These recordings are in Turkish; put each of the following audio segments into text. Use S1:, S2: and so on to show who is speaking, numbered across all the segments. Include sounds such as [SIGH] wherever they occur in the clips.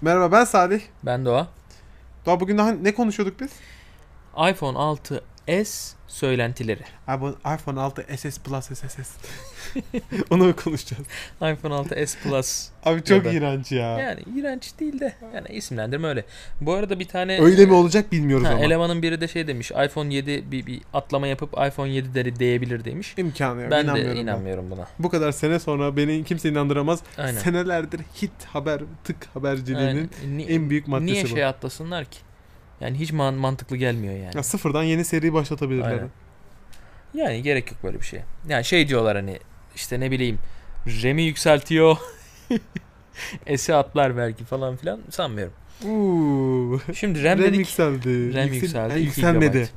S1: Merhaba ben Salih.
S2: Ben Doğa.
S1: Daha bugün daha ne konuşuyorduk biz?
S2: iPhone 6s söylentileri.
S1: Abi bu iPhone 6 SS Plus SSS. Onu mu konuşacağız?
S2: iPhone 6s Plus.
S1: Abi çok
S2: Ya da-
S1: iğrenç ya.
S2: Yani iğrenç değil de yani isimlendirme öyle. Bu arada bir tane
S1: Öyle mi olacak bilmiyoruz
S2: e, Ha,
S1: ama.
S2: elemanın biri de şey demiş. iPhone 7 bir, bir atlama yapıp iPhone 7 deri diyebilir demiş.
S1: İmkanı yok.
S2: ben
S1: inanmıyorum
S2: de
S1: ben.
S2: inanmıyorum buna.
S1: Bu kadar sene sonra beni kimse inandıramaz.
S2: Aynen.
S1: Senelerdir hit haber, tık haberciliğinin
S2: Aynen. Ni-
S1: en büyük maddesi
S2: niye
S1: bu.
S2: şey atlasınlar ki? Yani hiç man- mantıklı gelmiyor yani.
S1: Ya sıfırdan yeni seriyi başlatabilirler.
S2: Aynen. Yani gerek yok böyle bir şeye. Yani şey diyorlar hani işte ne bileyim RAM'i yükseltiyor. [LAUGHS] S'e atlar belki falan filan sanmıyorum.
S1: Uuu.
S2: Şimdi
S1: RAM,
S2: RAM dedik.
S1: yükseldi.
S2: RAM
S1: Yüksel-
S2: yükseldi.
S1: Ha,
S2: 2
S1: yükselmedi.
S2: gigabyte.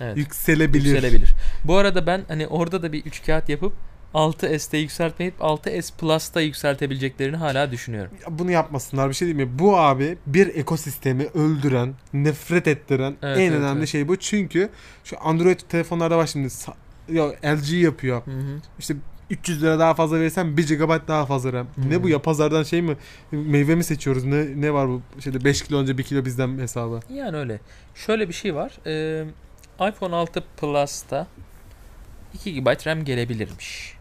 S2: Evet.
S1: Yükselebilir.
S2: Yükselebilir. Bu arada ben hani orada da bir üç kağıt yapıp 6S'te yükseltmeyip 6S Plus'ta yükseltebileceklerini hala düşünüyorum.
S1: Ya Bunu yapmasınlar bir şey değil mi? Bu abi bir ekosistemi öldüren, nefret ettiren
S2: Evet,
S1: en
S2: evet,
S1: önemli
S2: evet.
S1: şey bu. Çünkü şu Android telefonlarda var şimdi. Sa- Ya LG yapıyor.
S2: Hı hı.
S1: İşte 300 lira daha fazla verirsen 1 GB daha fazla RAM. Ne bu
S2: Hmm.
S1: ya pazardan şey mi? Meyve mi seçiyoruz? Ne ne var bu şeyde 5 kilo önce 1 kilo bizden hesabı.
S2: Yani öyle. Şöyle bir şey var. Ee, iPhone 6 Plus'ta 2 GB RAM gelebilirmiş.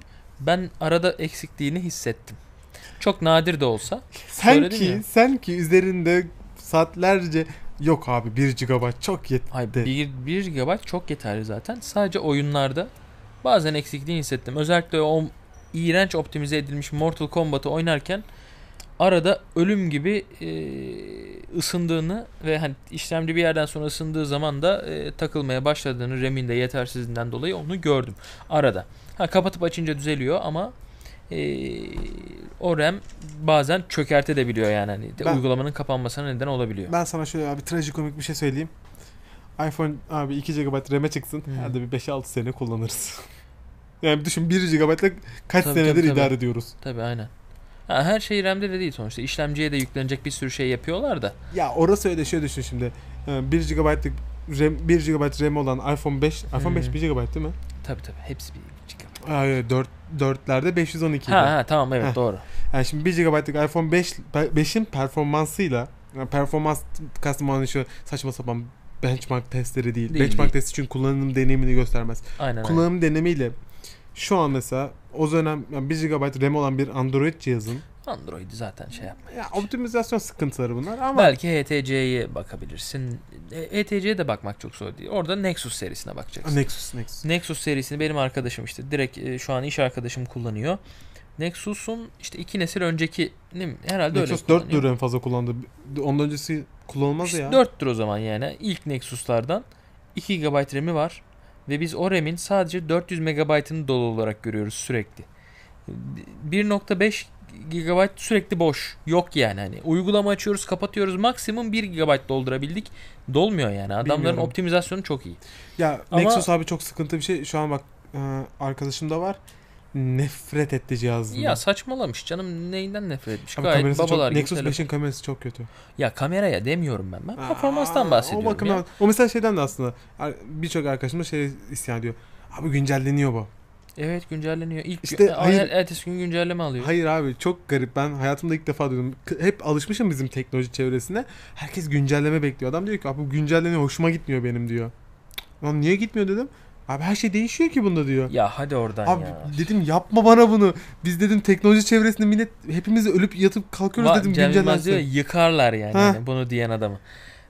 S2: Ben arada eksikliğini hissettim. Çok nadir de olsa.
S1: Sen
S2: Söyledim
S1: ki
S2: ya.
S1: sen ki üzerinde saatlerce yok abi 1 GB çok yetti.
S2: Ay 1, GB çok yeterli zaten. Sadece oyunlarda bazen eksikliğini hissettim. Özellikle o iğrenç optimize edilmiş Mortal Kombat'ı oynarken arada ölüm gibi e, ısındığını ve hani işlemci bir yerden sonra ısındığı zaman da e, takılmaya başladığını RAM'in de yetersizliğinden dolayı onu gördüm arada. Ha kapatıp açınca düzeliyor ama e, o RAM bazen çökertebiliyor yani hani de
S1: Ben-
S2: uygulamanın kapanmasına neden olabiliyor.
S1: Ben sana şöyle abi trajikomik bir şey söyleyeyim. iPhone abi 2 GB RAM'e çıksın.
S2: Hmm.
S1: Herhalde bir 5-6 sene kullanırız. [LAUGHS] yani düşün 1 GB'la kaç
S2: Tabii,
S1: senedir
S2: tabii, tabii.
S1: idare ediyoruz.
S2: Tabii aynen. Ha, her şey RAM'de de değil sonuçta. İşlemciye de yüklenecek bir sürü şey yapıyorlar da.
S1: Ya orası öyle şey düşün şimdi. Ee, 1 GB'lık RAM, 1 GB RAM olan iPhone 5, iPhone 5
S2: Hmm.
S1: 1 GB değil mi?
S2: Tabii tabii hepsi bir GB.
S1: Ee, 4 4'lerde 512 idi.
S2: Ha, ha tamam evet
S1: Heh.
S2: doğru.
S1: Yani şimdi 1 GB'lık iPhone 5 5'in performansıyla yani performans kastım olan şu saçma sapan benchmark testleri değil.
S2: Değil,
S1: benchmark
S2: değil.
S1: testi çünkü kullanım deneyimini göstermez.
S2: Aynen aynen.
S1: kullanım denemiyle şu an mesela o dönem yani 1 GB RAM olan bir Android cihazın
S2: Android'i zaten şey yapma.
S1: ya optimizasyon sıkıntıları bunlar ama
S2: Belki HTC'ye bakabilirsin. E, HTC'ye de bakmak çok zor değil. Orada Nexus serisine bakacaksın.
S1: Nexus Nexus.
S2: Nexus serisini benim arkadaşım işte direkt e, şu an iş arkadaşım kullanıyor. Nexus'un işte iki nesil önceki ne mi? herhalde
S1: Nexus
S2: öyle
S1: 4'tür en fazla kullandı. Ondan öncesi kullanılmaz ya.
S2: 4'tür o zaman yani ilk Nexus'lardan 2 GB RAM'i var ve biz o RAM'in sadece 400 MB'ını dolu olarak görüyoruz sürekli. 1.5 GB sürekli boş. Yok yani hani uygulama açıyoruz, kapatıyoruz. Maksimum 1 GB doldurabildik. Dolmuyor yani. Adamların
S1: Bilmiyorum.
S2: optimizasyonu çok iyi.
S1: Ya
S2: Ama-
S1: Nexus abi çok sıkıntı bir şey. Şu an bak e, arkadaşım da var. Nefret etti cihazdan.
S2: Ya saçmalamış canım neyinden nefret etmiş.
S1: Abi
S2: Gayet
S1: kamerası çok-
S2: babalar gibi.
S1: Nexus
S2: telefon-
S1: 5'in kamerası çok kötü.
S2: Ya kameraya demiyorum ben. Ben
S1: Aa,
S2: performanstan bahsediyorum.
S1: O
S2: ya.
S1: bakımdan o mesela şeyden de aslında ar- birçok arkadaşımız şey isyan ediyor. Abi güncelleniyor bu.
S2: Evet güncelleniyor. İlk
S1: İşte
S2: gün,
S1: hayır-
S2: ertesi gün güncelleme alıyor.
S1: Hayır abi çok garip. Ben hayatımda ilk defa duydum. K- Hep alışmışım bizim teknoloji çevresine. Herkes güncelleme bekliyor. Adam diyor ki abi bu güncelleniyor hoşuma gitmiyor benim diyor. Cık, Lan niye gitmiyor dedim. Abi her şey değişiyor ki bunda diyor.
S2: Ya hadi oradan
S1: Abi
S2: ya.
S1: dedim yapma bana bunu. Biz dedim teknoloji çevresinde millet hepimiz ölüp yatıp kalkıyoruz
S2: Ma-
S1: dedim
S2: Cem Yılmaz diyor ya,
S1: güncellensin.
S2: yıkarlar yani,
S1: Ha.
S2: hani bunu diyen adamı.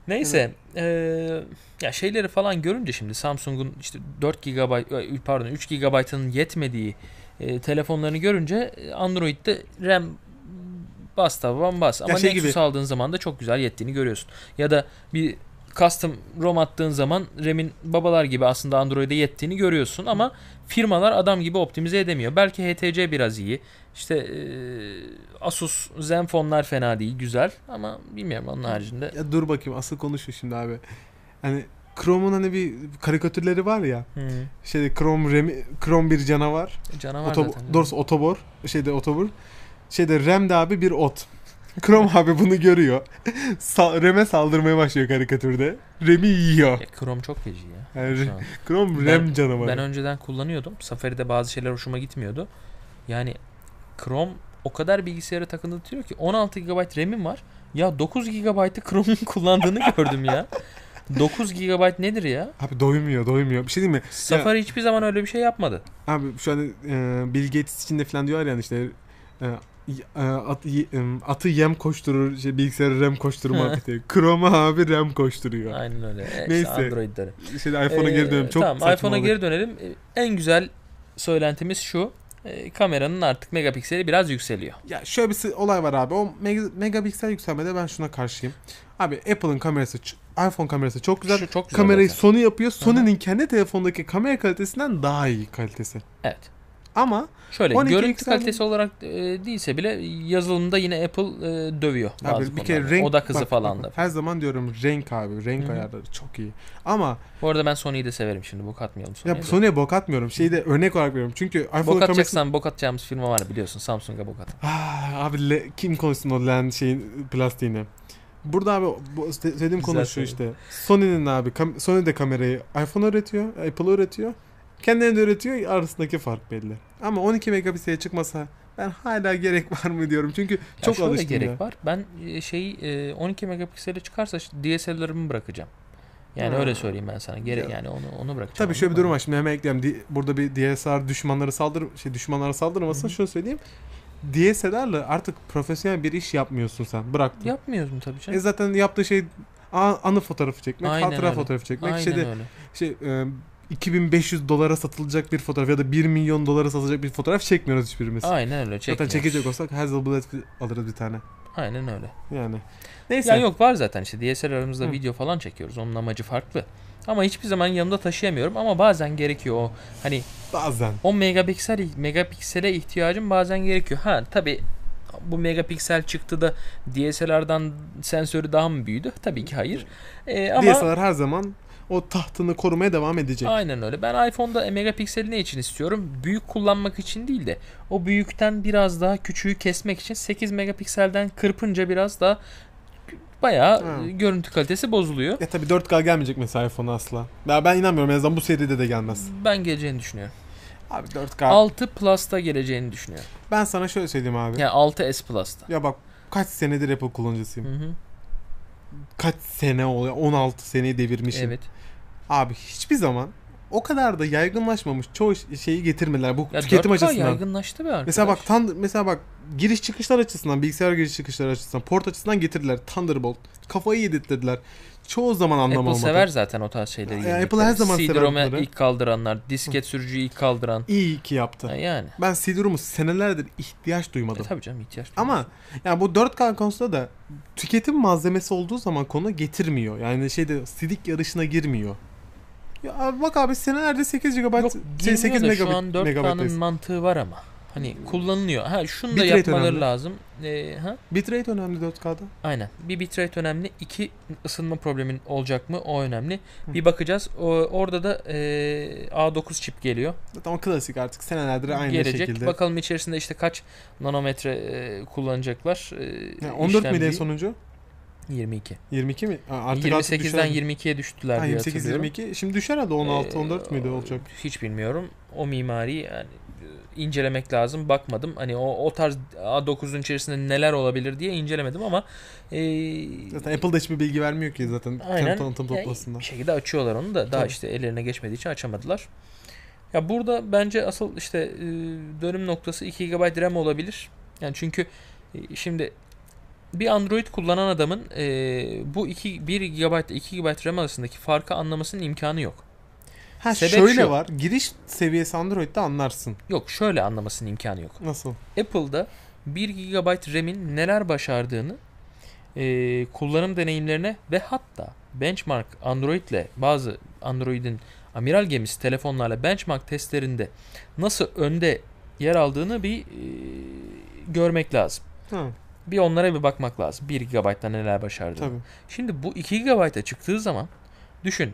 S2: Neyse eee, ya şeyleri falan görünce şimdi Samsung'un işte 4 GB e, pardon 3 GB'ının yetmediği e, telefonlarını görünce e, Android'de RAM bas taban bas ama
S1: şey
S2: Nexus
S1: gibi.
S2: aldığın zaman da çok güzel yettiğini görüyorsun. Ya da bir custom ROM attığın zaman RAM'in babalar gibi aslında Android'e yettiğini görüyorsun ama firmalar adam gibi optimize edemiyor. Belki HTC biraz iyi. İşte eee, Asus Zenfone'lar fena değil, güzel ama bilmiyorum onun haricinde.
S1: Ya dur bakayım asıl konu şu şimdi abi. Hani Chrome'un hani bir karikatürleri var ya.
S2: Hı.
S1: Şeyde Chrome, Remi, Chrome bir canavar.
S2: hmm, e, Canavar
S1: Otob
S2: zaten.
S1: doğrusu otobor şeyde otobur şeyde Rem'de abi bir ot. [LAUGHS] Krom abi bunu görüyor. Sa- Rem'e saldırmaya başlıyor karikatürde. Rem'i yiyor.
S2: Ya E, Chrome çok feci ya.
S1: Yani
S2: Şu an.
S1: Krom
S2: Ben-
S1: Rem canavarı.
S2: Ben önceden kullanıyordum. Safari'de bazı şeyler hoşuma gitmiyordu. Yani Chrome o kadar bilgisayara takıntılı tutuyor ki 16 GB RAM'im var. Ya 9 GB'ı Chrome'un [LAUGHS] kullandığını gördüm ya. 9 GB nedir ya?
S1: Abi doymuyor doymuyor. Bir şey değil mi?
S2: Safari hiçbir zaman öyle bir şey yapmadı.
S1: Abi şu an e, Bill Gates için de falan diyorlar yani işte e, y- e, at- y- e, atı yem koşturur, şey, bilgisayarı RAM koşturur
S2: [LAUGHS]
S1: muhabbeti. Chrome'a abi RAM koşturuyor.
S2: Aynen öyle. E,
S1: Neyse.
S2: İşte Android'leri.
S1: Şeyde iPhone'a
S2: Ee,
S1: geri dönelim. Çok
S2: tamam
S1: saçma
S2: iPhone'a
S1: oldu.
S2: geri dönelim. Ee, En güzel söylentimiz şu. Ee, kameranın artık megapikseli biraz yükseliyor.
S1: Ya şöyle bir se- olay var abi. O meg- megapiksel yükselmede ben şuna karşıyım. Abi Apple'ın kamerası, ç- iPhone kamerası çok güzel.
S2: Şu çok güzel
S1: Kamerayı
S2: zaten.
S1: Sony yapıyor. Sony'nin kendi telefondaki kamera kalitesinden daha iyi kalitesi.
S2: Evet.
S1: Ama
S2: Şöyle
S1: 12
S2: görüntü
S1: piksel-
S2: kalitesi olarak e, değilse bile yazılımda yine Apple e, dövüyor.
S1: Abi
S2: bazı
S1: bir kere
S2: konularda.
S1: renk
S2: Odak hızı
S1: bak,
S2: falan
S1: bak,
S2: da.
S1: Her zaman diyorum renk abi. Renk
S2: Hı hı.
S1: ayarları çok iyi. Ama
S2: Bu arada ben Sony'yi de severim şimdi. Bok atmayalım Sony'ye.
S1: ya
S2: de.
S1: Sony'ye bok atmıyorum. Şeyi de örnek olarak veriyorum. Çünkü iPhone
S2: Bok
S1: kamerası...
S2: atacaksan bok atacağımız firma var biliyorsun. Samsung'a bok at.
S1: Ah, abi le- kim konuşsun o len şeyin plastiğini. Burada abi bu, se- söylediğim konu
S2: Güzel
S1: şu işte. Sony'nin abi kam- Sony de kamerayı iPhone üretiyor, Apple üretiyor. Kendileri de üretiyor. Arasındaki fark belli. Ama 12 megapiksele şey çıkmasa ben hala gerek var mı diyorum. Çünkü
S2: Ya
S1: çok
S2: şöyle
S1: alıştım
S2: gerek
S1: ya.
S2: var. Ben e, şeyi e, 12 megapiksele çıkarsa ş- DSLR'ımı bırakacağım. Yani
S1: Ha.
S2: öyle söyleyeyim ben sana. Gerek
S1: Ya.
S2: yani onu onu bırakacağım.
S1: Tabii şöyle bir
S2: anladın
S1: durum
S2: mı?
S1: var. Şimdi hemen ekleyelim. Di- Burada bir DSLR düşmanları saldır şey düşmanlara saldırmasın.
S2: Hı hı.
S1: Şunu söyleyeyim. DSLR'la artık profesyonel bir iş yapmıyorsun sen. Bıraktın.
S2: Yapmıyoruz mu tabii
S1: E
S2: canım?
S1: zaten yaptığı şey a- anı fotoğrafı çekmek,
S2: Aynen
S1: hatıra
S2: öyle.
S1: fotoğrafı çekmek.
S2: Aynen
S1: Şeyde
S2: öyle.
S1: şey e, 2500 dolara satılacak bir fotoğraf ya da 1 milyon dolara satılacak bir fotoğraf çekmiyoruz hiçbirimiz.
S2: Aynen
S1: zaten
S2: öyle. Çekmiyoruz.
S1: çekecek olsak Hasselblad alırız bir tane.
S2: Aynen öyle.
S1: Yani. Neyse.
S2: Ya yok var zaten işte DSLR'ımızda
S1: Hı.
S2: video falan çekiyoruz. Onun amacı farklı. Ama hiçbir zaman yanımda taşıyamıyorum ama bazen gerekiyor o. Hani
S1: Bazen.
S2: 10 megapiksel megapiksele ihtiyacım bazen gerekiyor. Ha tabi bu megapiksel çıktı da DSLR'dan sensörü daha mı büyüdü? Tabii ki hayır. Ee, ama
S1: DSLR her zaman o tahtını korumaya devam edecek.
S2: aynen öyle. Ben iPhone'da megapikseli ne için istiyorum? Büyük kullanmak için değil de o büyükten biraz daha küçüğü kesmek için 8 megapikselden kırpınca biraz daha bayağı
S1: Ha.
S2: e, görüntü kalitesi bozuluyor.
S1: Ya tabii 4K gelmeyecek mesela iPhone'a asla. Ya ben inanmıyorum en azından bu seride de gelmez.
S2: Ben geleceğini düşünüyorum.
S1: Abi 4K.
S2: 6 Plus'ta geleceğini düşünüyorum.
S1: Ben sana şöyle söyleyeyim abi.
S2: Yani 6S Plus'ta.
S1: Ya bak kaç senedir Apple kullanıcısıyım.
S2: Hı hı.
S1: Kaç sene oluyor? 16 seneyi devirmişim.
S2: Evet.
S1: Abi hiçbir zaman o kadar da yaygınlaşmamış çoğu şeyi getirmediler bu
S2: Ya
S1: tüketim
S2: 4K
S1: açısından.
S2: yaygınlaştı be arkadaş.
S1: Mesela bak tan mesela bak giriş çıkışlar açısından, bilgisayar giriş çıkışları açısından, port açısından getirdiler Thunderbolt. Kafayı yedirttiler. Çoğu zaman anlam
S2: Apple
S1: olmadı.
S2: sever zaten o tarz şeyleri.
S1: Ya,
S2: yenilikleri.
S1: Apple her zaman sever
S2: CD-ROM'u
S1: bunları.
S2: ilk kaldıranlar, disket sürücüyü ilk kaldıran.
S1: İyi ki yaptı.
S2: Ha, yani.
S1: Ben CD-ROM'u senelerdir ihtiyaç
S2: E,
S1: duymadım.
S2: tabii canım ihtiyaç. duyuyor.
S1: Ama yani bu 4K konusunda da tüketim malzemesi olduğu zaman konu getirmiyor. Yani şeyde sidik yarışına girmiyor. Ya abi bak abi senelerde 8 GB
S2: Yok,
S1: şey,
S2: girmiyor
S1: 8
S2: da
S1: megabit
S2: şu an 4K'nın
S1: megabaytayız.
S2: mantığı var ama. Hani kullanılıyor. Ha şunu da
S1: Bitrate
S2: yapmaları
S1: önemli.
S2: lazım. E, ha?
S1: Bitrate önemli 4K'da.
S2: Aynen. Bir bitrate önemli. iki ısınma problemin olacak mı? O önemli.
S1: Hı.
S2: Bir bakacağız. O, orada da e, A9 çip geliyor.
S1: Zaten o klasik artık senelerdir aynı
S2: gelecek.
S1: şekilde.
S2: Bakalım içerisinde işte kaç nanometre e, kullanacaklar. E,
S1: Yani 14 miydi en
S2: işlemciyi?
S1: sonuncu?
S2: 22.
S1: 22 mi? Ha, Artık
S2: 28'den
S1: 20
S2: 22'ye düştüler diye
S1: 28
S2: hatırlıyorum.
S1: 22. Şimdi düşer herhalde 16 14
S2: Ee,
S1: müydü olacak?
S2: Hiç bilmiyorum. O mimari yani e, incelemek lazım. Bakmadım. Hani o, o tarz A9'un içerisinde neler olabilir diye incelemedim ama e,
S1: Zaten Apple'da hiçbir bilgi vermiyor ki zaten
S2: Aynen.
S1: kendi tanıtım
S2: Ya,
S1: toplantısında.
S2: bir şekilde açıyorlar onu da daha
S1: Tabii.
S2: işte ellerine geçmediği için açamadılar. Ya burada bence asıl işte e, dönüm noktası 2 GB RAM olabilir. Yani çünkü e, şimdi bir Android kullanan adamın e, bu 2 1 GB ile 2 GB RAM arasındaki farkı anlamasının imkanı yok.
S1: Ha
S2: sebep
S1: şöyle
S2: şu.
S1: var. Giriş seviyesi Android'de anlarsın.
S2: Yok şöyle anlamasının imkanı yok.
S1: Nasıl?
S2: Apple'da 1 GB RAM'in neler başardığını e, kullanım deneyimlerine ve hatta benchmark Android'le bazı Android'in amiral gemisi telefonlarla benchmark testlerinde nasıl önde yer aldığını bir e, görmek lazım.
S1: Ha,
S2: Bir onlara bir bakmak lazım. 1 GB'da neler başardığını.
S1: tabii.
S2: Şimdi bu 2 GB'a çıktığı zaman düşün.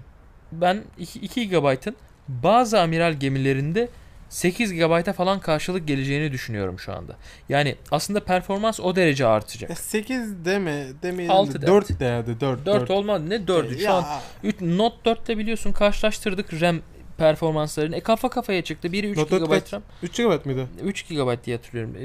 S2: Ben 2, 2 GB'ın bazı amiral gemilerinde 8 GB'a falan karşılık geleceğini düşünüyorum şu anda. Yani aslında performans o derece
S1: [LAUGHS]
S2: artacak.
S1: E, 8 deme demeyelim
S2: Altı
S1: de
S2: de.
S1: 4 de hadi E, 4
S2: 4 olmadı ne 4'ü şu an üç- Note 4'te biliyorsun karşılaştırdık RAM performanslarını. E kafa kafaya çıktı. Biri 3
S1: Note 4
S2: GB
S1: kaç?
S2: RAM.
S1: 3 GB miydi?
S2: 3 GB diye hatırlıyorum. E,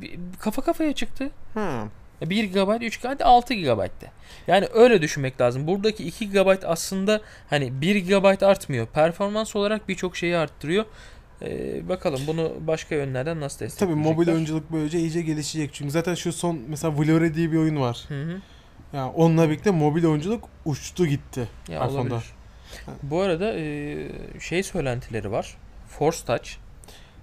S2: bir- bir- kafa kafaya çıktı.
S1: Ha.
S2: E, 1 GB, 3 GB, hadi 6 GB de. Yani öyle düşünmek lazım. Buradaki 2 GB aslında hani 1 GB artmıyor. Performans olarak birçok şeyi arttırıyor. E, bakalım bunu başka yönlerden nasıl
S1: Tabii
S2: destekleyecekler.
S1: mobil oyunculuk böylece iyice gelişecek. Çünkü zaten şu son mesela Valorant diye bir oyun var.
S2: Hı hı.
S1: Yani onunla birlikte mobil oyunculuk uçtu gitti.
S2: Ya
S1: Aslında.
S2: olabilir. Bu arada e, şey söylentileri var. Force Touch.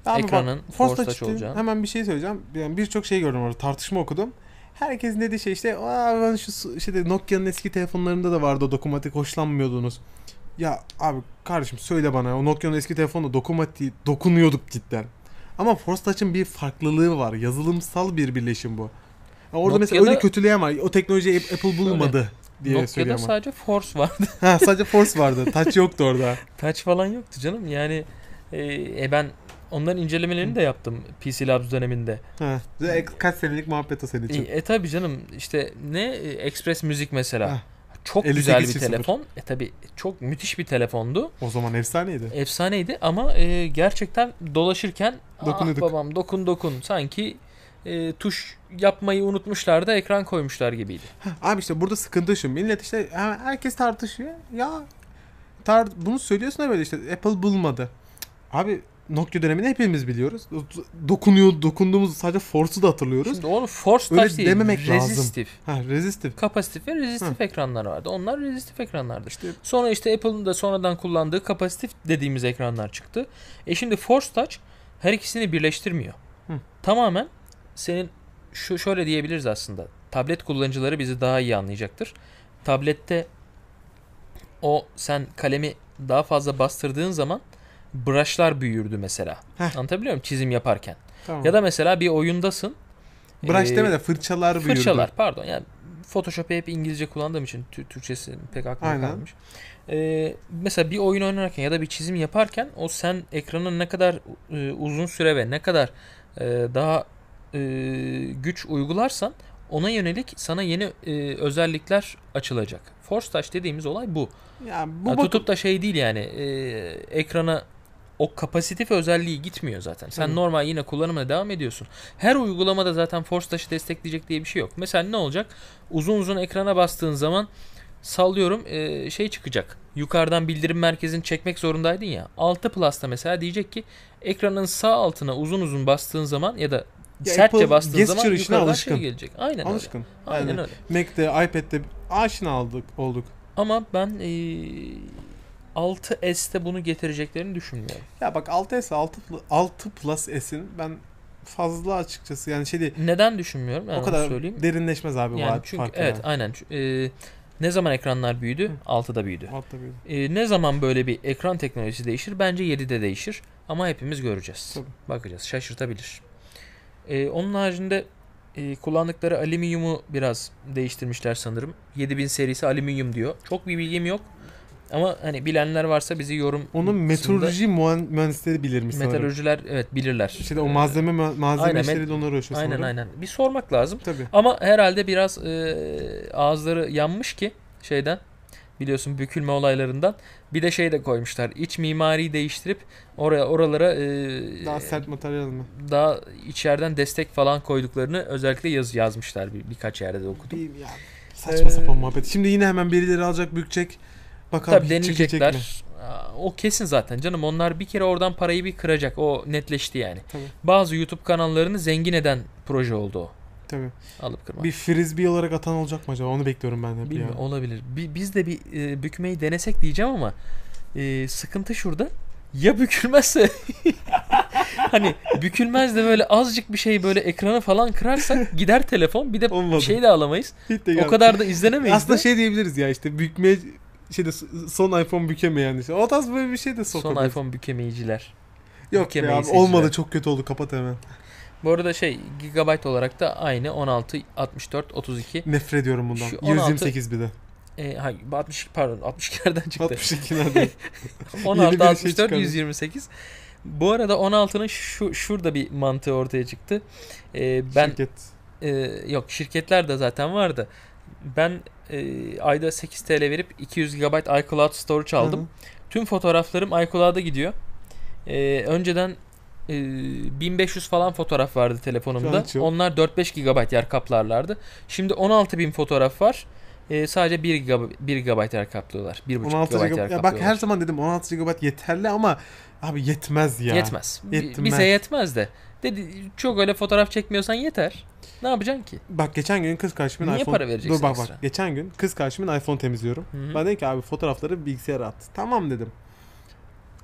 S1: Abi
S2: Ekranın
S1: bak,
S2: Force
S1: Force
S2: Touch
S1: Touch'ın
S2: olacağı.
S1: Hemen bir şey söyleyeceğim. Yani birçok şey gördüm orada. Tartışma okudum. Herkes ne şey işte Aa, ben şu su- işte Nokia'nın eski telefonlarında da vardı o dokunmatik hoşlanmıyordunuz. Ya abi kardeşim söyle bana o Nokia'nın eski telefonunda dokunmatik dokunuyorduk cidden. Ama Force Touch'ın bir farklılığı var. Yazılımsal bir birleşim bu. Ya orada mesela
S2: Nokia'da-
S1: öyle kötüleyemem var. O teknolojiyi App- Apple bulmadı diye
S2: Nokia'da
S1: söylüyor ama.
S2: sadece Force vardı. [LAUGHS]
S1: Ha, sadece Force vardı. Touch yoktu orada.
S2: Touch falan yoktu canım. Yani e, e, ben onların incelemelerini de yaptım PC Labs döneminde. [LAUGHS]
S1: Ha. Kaç senelik muhabbet o senin
S2: E,
S1: için.
S2: e tabi canım işte ne e, Express Müzik mesela.
S1: Heh.
S2: Çok güzel bir
S1: 58.00.
S2: telefon. E tabi çok müthiş bir telefondu.
S1: O zaman efsaneydi.
S2: Efsaneydi ama e, gerçekten dolaşırken ah
S1: Dokunuyorduk.
S2: babam dokun dokun sanki e, tuş yapmayı unutmuşlar da ekran koymuşlar gibiydi.
S1: Abi işte burada sıkıntı şu. Millet işte hemen herkes tartışıyor. Ya tar bunu söylüyorsun da böyle işte Apple bulmadı. Abi Nokia dönemini hepimiz biliyoruz. Do- Dokunuyor, dokunduğumuz sadece Force'u da hatırlıyoruz.
S2: Şimdi onu force
S1: Öyle
S2: touch değil,
S1: dememek lazım.
S2: resistif.
S1: Ha resistif.
S2: Kapasitif ve rezistif ekranlar vardı. Onlar rezistif ekranlardı.
S1: İşte
S2: Sonra işte Apple'ın da sonradan kullandığı kapasitif dediğimiz ekranlar çıktı. E şimdi Force Touch her ikisini birleştirmiyor.
S1: Hı.
S2: Tamamen senin şu şöyle diyebiliriz aslında. Tablet kullanıcıları bizi daha iyi anlayacaktır. Tablette o sen kalemi daha fazla bastırdığın zaman brushlar büyürdü mesela.
S1: Heh.
S2: Anlatabiliyor muyum? Çizim yaparken.
S1: tamam.
S2: Ya da mesela bir oyundasın.
S1: Brush
S2: Ee,
S1: deme de fırçalar büyürdü.
S2: Fırçalar pardon yani Photoshop'u hep İngilizce kullandığım için Tür- Türkçesi pek aklımda
S1: Aynen.
S2: kalmış. Ee, mesela bir oyun oynarken ya da bir çizim yaparken o sen ekranın ne kadar e, uzun süre ve ne kadar e, daha e, güç uygularsan ona yönelik sana yeni e, özellikler açılacak. Force Touch dediğimiz olay bu.
S1: Ya bu
S2: Ya
S1: bak-
S2: tutup da şey değil yani e, ekrana o kapasitif özelliği gitmiyor zaten. Sen
S1: Tabii.
S2: normal yine kullanımına devam ediyorsun. Her uygulamada zaten Force Touch'ı destekleyecek diye bir şey yok. Mesela ne olacak? Uzun uzun ekrana bastığın zaman sallıyorum e, şey çıkacak. Yukarıdan bildirim merkezini çekmek zorundaydın ya. 6 Plus'ta mesela diyecek ki ekranın sağ altına uzun uzun bastığın zaman ya da
S1: Ya
S2: sertçe
S1: Apple
S2: bastığın
S1: gesture
S2: zaman
S1: işine
S2: yukarıdan
S1: alışkın.
S2: şey gelecek. Aynen öyle.
S1: alışkın.
S2: Aynen
S1: Yani
S2: öyle.
S1: Mac'te, iPad'de aşina aldık, olduk.
S2: Ama ben eee 6S'te bunu getireceklerini düşünmüyorum.
S1: Ya bak 6S, 6, 6 Plus S'in ben fazla açıkçası yani şey değil.
S2: Neden düşünmüyorum? Ben
S1: o
S2: onu
S1: kadar
S2: söyleyeyim.
S1: derinleşmez abi bu
S2: Yani
S1: ad-
S2: çünkü
S1: farkı
S2: evet
S1: yani.
S2: aynen. Çü- eee, ne zaman ekranlar büyüdü? 6'da büyüdü.
S1: Altta büyüdü.
S2: Eee, ne zaman böyle bir ekran teknolojisi değişir? Bence 7'de değişir. Ama hepimiz göreceğiz.
S1: Tabii.
S2: Bakacağız. Şaşırtabilir. Eee, onun haricinde eee, kullandıkları alüminyumu biraz değiştirmişler sanırım. 7000 serisi alüminyum diyor. Çok bir bilgim yok. Ama hani bilenler varsa bizi yorum
S1: Onun
S2: kısmında-
S1: meteoroloji muan- mühendisleri bilirmiş sanırım.
S2: Metalürcüler evet bilirler.
S1: İşte o
S2: Ee,
S1: malzeme ma- malzeme
S2: aynen,
S1: işleri de onlar uğraşıyor
S2: Aynen
S1: sanırım.
S2: aynen. Bir sormak lazım.
S1: Tabii.
S2: Ama herhalde biraz e, ağızları yanmış ki şeyden biliyorsun bükülme olaylarından. Bir de şey de koymuşlar. İç mimariyi değiştirip oraya oralara e,
S1: Daha sert materyal mi?
S2: daha içeriden destek falan koyduklarını özellikle yaz yazmışlar bir, birkaç yerde de okudum.
S1: Bilmiyorum ya. Saçma
S2: Ee,
S1: sapan muhabbet. Şimdi yine hemen birileri alacak, bükecek. Bakalım
S2: Tabii
S1: hiç çekecek mi?
S2: deneyecekler. Aa, O kesin zaten canım. Onlar bir kere oradan parayı bir kıracak. O netleşti yani.
S1: Tabii.
S2: Bazı YouTube kanallarını zengin eden proje oldu o.
S1: Tabii.
S2: Alıp kırmak.
S1: Bir frisbee olarak atan olacak mı acaba? Onu bekliyorum ben hep
S2: Bilmiyorum
S1: ya.
S2: olabilir. Bi- biz de bir e, bükmeyi denesek diyeceğim ama e, sıkıntı şurada. Ya bükülmezse [LAUGHS] hani bükülmez de böyle azıcık bir şey böyle ekranı falan kırarsak gider telefon bir de
S1: Olmadı.
S2: şey de alamayız.
S1: [LAUGHS] Hiç de
S2: O
S1: gelmedi.
S2: kadar da izlenemeyiz.
S1: Aslında
S2: de.
S1: şey diyebiliriz ya işte bükme şeyde son iPhone bükemeyen işte. O tarz böyle bir şey de
S2: son
S1: sokabiliriz.
S2: iPhone bükemeyiciler.
S1: Yok
S2: bükemeyi
S1: ya abi,
S2: seçtiler.
S1: olmadı çok kötü oldu kapat hemen.
S2: Bu arada şey gigabyte olarak da aynı 16 64 32
S1: Nefret ediyorum bundan.
S2: Şu
S1: 128 bir de.
S2: e, hayır, 62 pardon 62'lerden çıktı.
S1: 62 nerede?
S2: 16,
S1: Yeni bir şey
S2: 64,
S1: çıkardı.
S2: 128. Bu arada 16'nın şu şurada bir mantığı ortaya çıktı. Ee, [LAUGHS] ben
S1: Şirket.
S2: e, yok şirketler de zaten vardı. Ben e, ayda 8 TL verip 200 GB iCloud storage aldım.
S1: Hı hı.
S2: Tüm fotoğraflarım iCloud'a gidiyor. Ee, önceden e, e, 1500 falan fotoğraf vardı
S1: Şu an
S2: telefonumda.
S1: hiç yok.
S2: Onlar 4-5 GB yer kaplarlardı. Şimdi 16000 fotoğraf var. E, sadece 1 GB, 1 GB yer kaplıyorlar. 1,5
S1: 16
S2: GB yer
S1: GB. Ya
S2: kaplıyorlar.
S1: bak her zaman dedim 16 GB yeterli ama abi yetmez ya.
S2: Yetmez. Bi-
S1: Yetmez.
S2: Bize yetmez de. Dedi çok öyle fotoğraf çekmiyorsan yeter. Ne yapacaksın ki?
S1: Bak geçen gün kız karşımın
S2: Niye
S1: iPhone...
S2: para vereceksin
S1: Dur bak
S2: ekstra?
S1: bak. Geçen gün kız karşımın iPhone temizliyorum.
S2: Hı-hı.
S1: Ben dedim ki abi fotoğrafları bilgisayara at. Tamam dedim.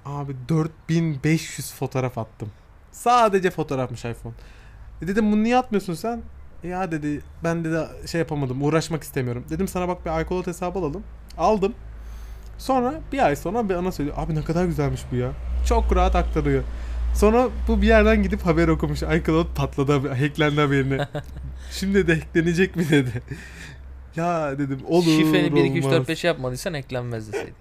S1: Abi 4500 fotoğraf attım. Sadece fotoğrafmış iPhone. E dedim bunu niye atmıyorsun sen? E Ya dedi ben dedi şey yapamadım uğraşmak istemiyorum. Dedim sana bak bir iCloud hesabı alalım. Aldım. Sonra bir ay sonra bir ana söylüyor. Abi ne kadar güzelmiş bu ya. Çok rahat aktarıyor. Sonra bu bir yerden gidip haber okumuş. iCloud patladı haber- hacklendi haberine. Şimdi de hacklenecek mi dedi. ya dedim olur
S2: Şifreni 1 2 3
S1: olmaz.
S2: 4 5 yapmadıysan eklenmez deseydin.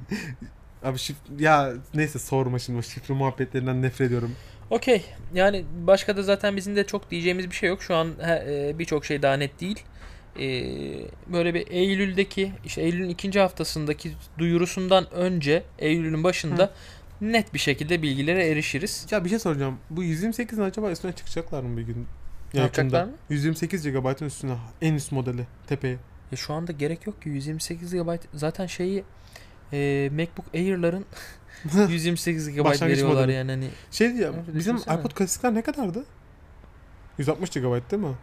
S1: Abi şif ya neyse sorma şimdi o şifre muhabbetlerinden nefret ediyorum.
S2: Okey. Yani başka da zaten bizim de çok diyeceğimiz bir şey yok. Şu an he- e, birçok şey daha net değil. E, Böyle bir Eylül'deki işte Eylül'ün ikinci haftasındaki duyurusundan önce Eylül'ün başında net bir şekilde bilgilere erişiriz.
S1: Ya bir şey soracağım. Bu 128'in acaba üstüne çıkacaklar mı bir gün?
S2: Yapacaklar
S1: Yakında.
S2: mı?
S1: 128 GB'ın üstüne en üst modeli tepeye.
S2: Ya E, şu anda gerek yok ki 128 GB zaten şeyi e, MacBook Air'ların
S1: [LAUGHS]
S2: 128 GB
S1: Başlangıç
S2: veriyorlar
S1: modeli.
S2: yani hani
S1: Şey ya
S2: Evet,
S1: bizim
S2: düşünsene.
S1: iPod klasikler ne kadardı? 160 GB değil mi?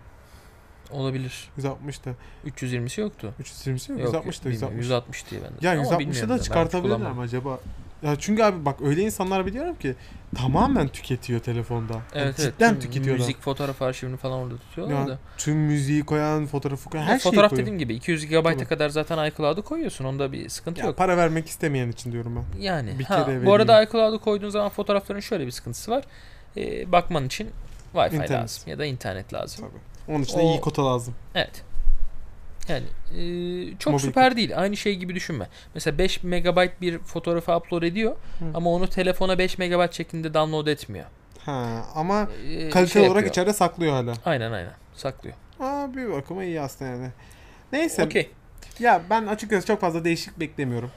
S2: olabilir.
S1: 160'tı.
S2: 320'si yoktu.
S1: 320 mi?
S2: Yok,
S1: 160'tı.
S2: 160.
S1: 160.
S2: 160 diye bende.
S1: Ya
S2: Ama
S1: 160'ı
S2: bilmiyorum
S1: da
S2: ben
S1: çıkartabilirler
S2: kullanmadım.
S1: mi acaba? Ya çünkü abi bak öyle insanlar biliyorum ki tamamen tüketiyor telefonda. Yani
S2: Evet, evet.
S1: cidden
S2: Tüm
S1: tüketiyorlar.
S2: Müzik fotoğraf arşivini falan orada tutuyorlar
S1: Ya,
S2: da.
S1: tüm müziği koyan, fotoğrafı koyan, her şeyi
S2: fotoğraf
S1: koyuyor.
S2: dediğim gibi 200 GB'a
S1: Tabii.
S2: kadar zaten iCloud'u koyuyorsun. Onda bir sıkıntı
S1: Ya
S2: yok.
S1: para vermek istemeyen için diyorum ben.
S2: Yani.
S1: bir
S2: ha,
S1: kere
S2: bu
S1: vereyim.
S2: arada iCloud'u koyduğun zaman fotoğrafların şöyle bir sıkıntısı var. Ee, bakman için Wi-Fi
S1: İnternet.
S2: lazım ya da internet lazım.
S1: Tabii. Onun için de
S2: O-
S1: iyi kota lazım.
S2: Evet. Yani ee, çok
S1: Mobil
S2: süper değil. Aynı şey gibi düşünme. Mesela 5 MB bir fotoğrafı upload ediyor
S1: Hı.
S2: ama onu telefona 5 MB şeklinde download etmiyor.
S1: Ha, ama
S2: Ee,
S1: kalite
S2: şey
S1: olarak
S2: yapıyor.
S1: içeride saklıyor hala.
S2: Aynen aynen. Saklıyor.
S1: Aa, bir bakıma iyi aslında yani. Neyse.
S2: Okey.
S1: Ya ben açıkçası çok fazla değişik beklemiyorum.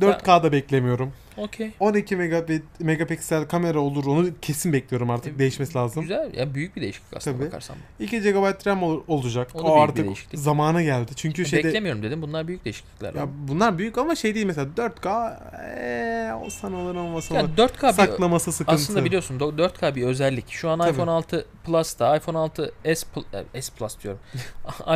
S1: 4K'da beklemiyorum.
S2: Okey.
S1: 12 megabit, megapiksel kamera olur. Onu kesin bekliyorum artık.
S2: E,
S1: Değişmesi lazım.
S2: Güzel. Ya büyük bir değişiklik aslında
S1: Tabii.
S2: bakarsan.
S1: 2 GB RAM ol- olacak.
S2: O da
S1: O,
S2: büyük bir
S1: artık
S2: değişiklik.
S1: zamana geldi. Çünkü şeyde
S2: Beklemiyorum dedim. Bunlar büyük değişiklikler.
S1: ya
S2: Ya,
S1: bunlar büyük ama şey değil mesela 4K eee, olsan olur olmasa olur.
S2: 4K bir-
S1: Saklaması sıkıntı.
S2: aslında biliyorsun do- 4K bir özellik. Şu an
S1: Tabii.
S2: iPhone 6 Plus'ta, iPhone 6 S, Pl- e, S Plus
S1: [LAUGHS]
S2: diyorum.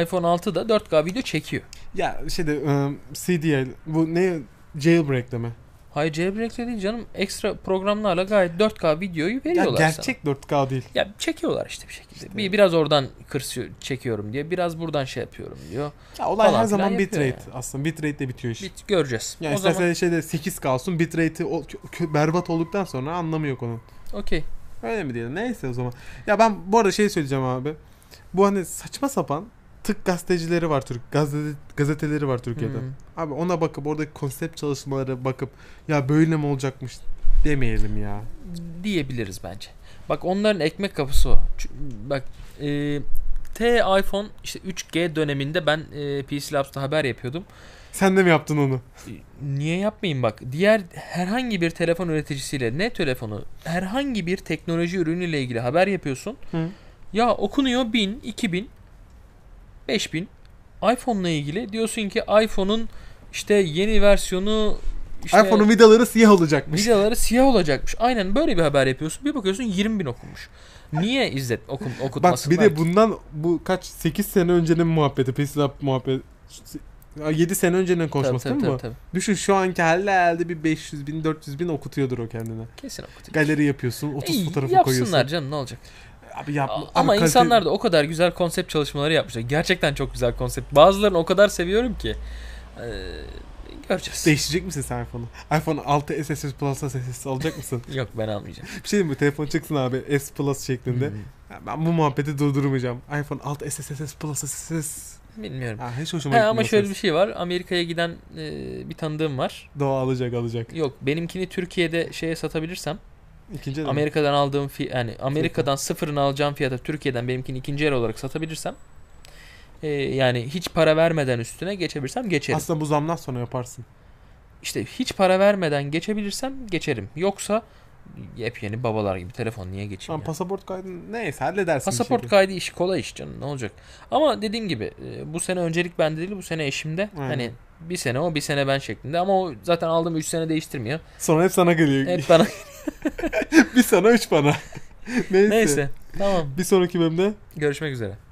S2: iPhone 6 da 4K video çekiyor.
S1: Ya şeyde e, CDL bu ne jailbreak'te mi?
S2: Hayır jailbreak de değil canım. Ekstra programlarla gayet 4K videoyu
S1: Ya
S2: veriyorlar
S1: gerçek 4K değil.
S2: sana. Ya çekiyorlar işte bir şekilde.
S1: İşte.
S2: Bir, biraz oradan kırsıyor, çekiyorum diye. Biraz buradan şey yapıyorum diyor.
S1: Ya olay
S2: Falan
S1: her
S2: filan
S1: zaman
S2: yapıyor
S1: bitrate
S2: yani.
S1: aslında. Bitrate de bitiyor iş.
S2: Bit, göreceğiz.
S1: yani
S2: o
S1: istersen
S2: zaman
S1: şeyde 8K olsun bitrate'i o- kö- kö- berbat olduktan sonra anlamı yok onun.
S2: okey.
S1: Öyle mi diyelim? Neyse o zaman. Ya ben bu arada şey söyleyeceğim abi. Bu hani saçma sapan tık gazetecileri var Türk gazete, gazeteleri var Türkiye'de.
S2: Hmm.
S1: Abi ona bakıp oradaki konsept çalışmalara bakıp ya böyle mi olacakmış demeyelim ya.
S2: diyebiliriz bence. Bak onların ekmek kapısı o. Ç- Bak e, T iPhone işte 3G döneminde ben e, PC Labs'ta haber yapıyordum.
S1: Sen de mi yaptın onu?
S2: E, Niye yapmayayım bak. Diğer herhangi bir telefon üreticisiyle ne telefonu herhangi bir teknoloji ürünüyle ilgili haber yapıyorsun.
S1: Hı.
S2: Ya okunuyor 1000, 2000, 5000 iPhone'la ilgili diyorsun ki iPhone'un işte yeni versiyonu işte
S1: iPhone'un vidaları siyah olacakmış.
S2: Vidaları siyah olacakmış. Aynen böyle bir haber yapıyorsun. Bir bakıyorsun 20 bin okunmuş. Niye izlet okum,
S1: Bak
S2: okutmasın?
S1: bir de
S2: belki?
S1: bundan bu kaç 8 sene öncenin muhabbeti PC Lab muhabbet 7 sene öncenin
S2: Tabii,
S1: konuşması
S2: tabii,
S1: değil mi
S2: tabii, tabii.
S1: bu? Düşün şu anki herhalde bir 500 bin 400 bin okutuyordur o kendine.
S2: Kesin okutacak.
S1: Galeri yapıyorsun 30
S2: İyi,
S1: fotoğrafı
S2: yapsınlar
S1: koyuyorsun.
S2: canım ne olacak?
S1: Abi yapma. Abi
S2: Ama
S1: kalite-
S2: insanlar da o kadar güzel konsept çalışmaları yapmışlar. Gerçekten çok güzel konsept. Bazılarını o kadar seviyorum ki. Ee, göreceğiz.
S1: Değişecek misin sen iPhone'u? iPhone 6 SSS Plus'a SSS alacak
S2: [LAUGHS]
S1: mısın?
S2: Yok ben almayacağım.
S1: bir şey mi bu telefon çıksın abi S Plus şeklinde.
S2: Hmm,
S1: Ya Ben bu muhabbeti durdurmayacağım. iPhone 6 SSS Plus SSS.
S2: Bilmiyorum.
S1: Ha, hiç hoşuma
S2: Ha,
S1: gitmiyor.
S2: ama şöyle bir şey var. Amerika'ya giden e, bir tanıdığım var.
S1: Doğa alacak alacak.
S2: Yok benimkini Türkiye'de şeye satabilirsem
S1: İkinci de mi?
S2: Amerika'dan aldığım fi yani Amerika'dan sıfırını alacağım fiyata Türkiye'den benimkini ikinci el olarak satabilirsem e, yani hiç para vermeden üstüne geçebilirsem geçerim.
S1: Aslında bu zamdan sonra yaparsın.
S2: işte hiç para vermeden geçebilirsem geçerim. Yoksa Yepyeni babalar gibi telefon niye geçeyim
S1: Tamam
S2: ya?
S1: pasaport kaydını neyse halledersin. bir
S2: Pasaport
S1: şekilde.
S2: kaydı işi kolay iş canım ne olacak. Ama dediğim gibi e, bu sene öncelik bende değil bu sene eşimde.
S1: Aynen.
S2: Hani bir sene o bir sene ben şeklinde ama o zaten aldığım 3
S1: [LAUGHS]
S2: sene değiştirmiyor.
S1: Sonra hep sana geliyor.
S2: Hep bana
S1: [LAUGHS] bir sana üç bana. [LAUGHS] neyse.
S2: neyse tamam
S1: Bir sonraki bölümde
S2: görüşmek üzere.